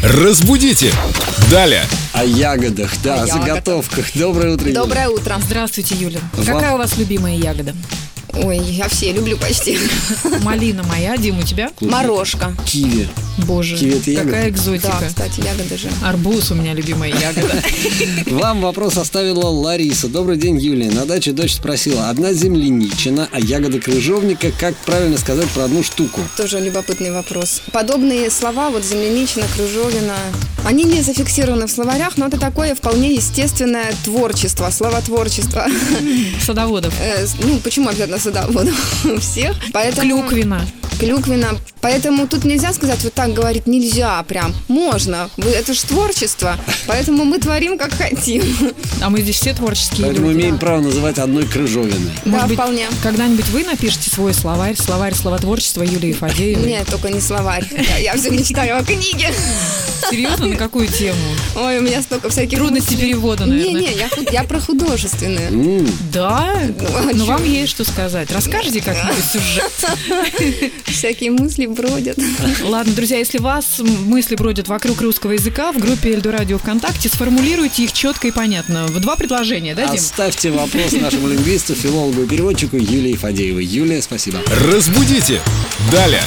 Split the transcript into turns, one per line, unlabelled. Разбудите! Далее!
О ягодах, да,
О
о
ягодах.
заготовках. Доброе утро. Юля.
Доброе утро.
Здравствуйте, Юля.
Вам-
Какая у вас любимая ягода?
Ой, я все люблю почти.
Малина моя, Дим, у тебя?
Морожка.
Киви.
Боже,
Киви это ягода?
какая экзотика.
Да, кстати, ягоды же.
Арбуз у меня любимая ягода.
Вам вопрос оставила Лариса. Добрый день, Юлия. На даче дочь спросила. Одна земляничина, а ягода крыжовника. Как правильно сказать про одну штуку?
Тоже любопытный вопрос. Подобные слова, вот земляничина, крыжовина, они не зафиксированы в словарях, но это такое вполне естественное творчество, словотворчество.
Садоводов.
Э, с- Ну, почему обязательно садоводов у всех? Поэтому...
Клюквина.
Клюквина. Поэтому тут нельзя сказать, вот так говорить нельзя прям. Можно. Вы- Это же творчество. Поэтому мы творим, как хотим.
А мы здесь все творческие
Поэтому
люди.
имеем право называть одной крыжовиной.
Да,
Может быть,
вполне.
когда-нибудь вы напишите свой словарь, словарь словотворчества Юлии Фадеевой?
Нет, только не словарь. Я- Я все мечтаю о книге.
Серьезно, на какую тему?
Ой, у меня столько всяких...
Трудности перевода, наверное.
Не-не, я, худ- я про художественные.
М,
Да?
Ну, а чё?
Ну, вам есть что сказать. Расскажите как-нибудь сюжет.
Всякие мысли бродят.
Ладно, друзья, если вас мысли бродят вокруг русского языка, в группе Эльдорадио ВКонтакте сформулируйте их четко и понятно. В два предложения, да, Дим?
Оставьте вопрос нашему лингвисту, филологу и переводчику Юлии Фадеевой. Юлия, спасибо.
Разбудите! Далее!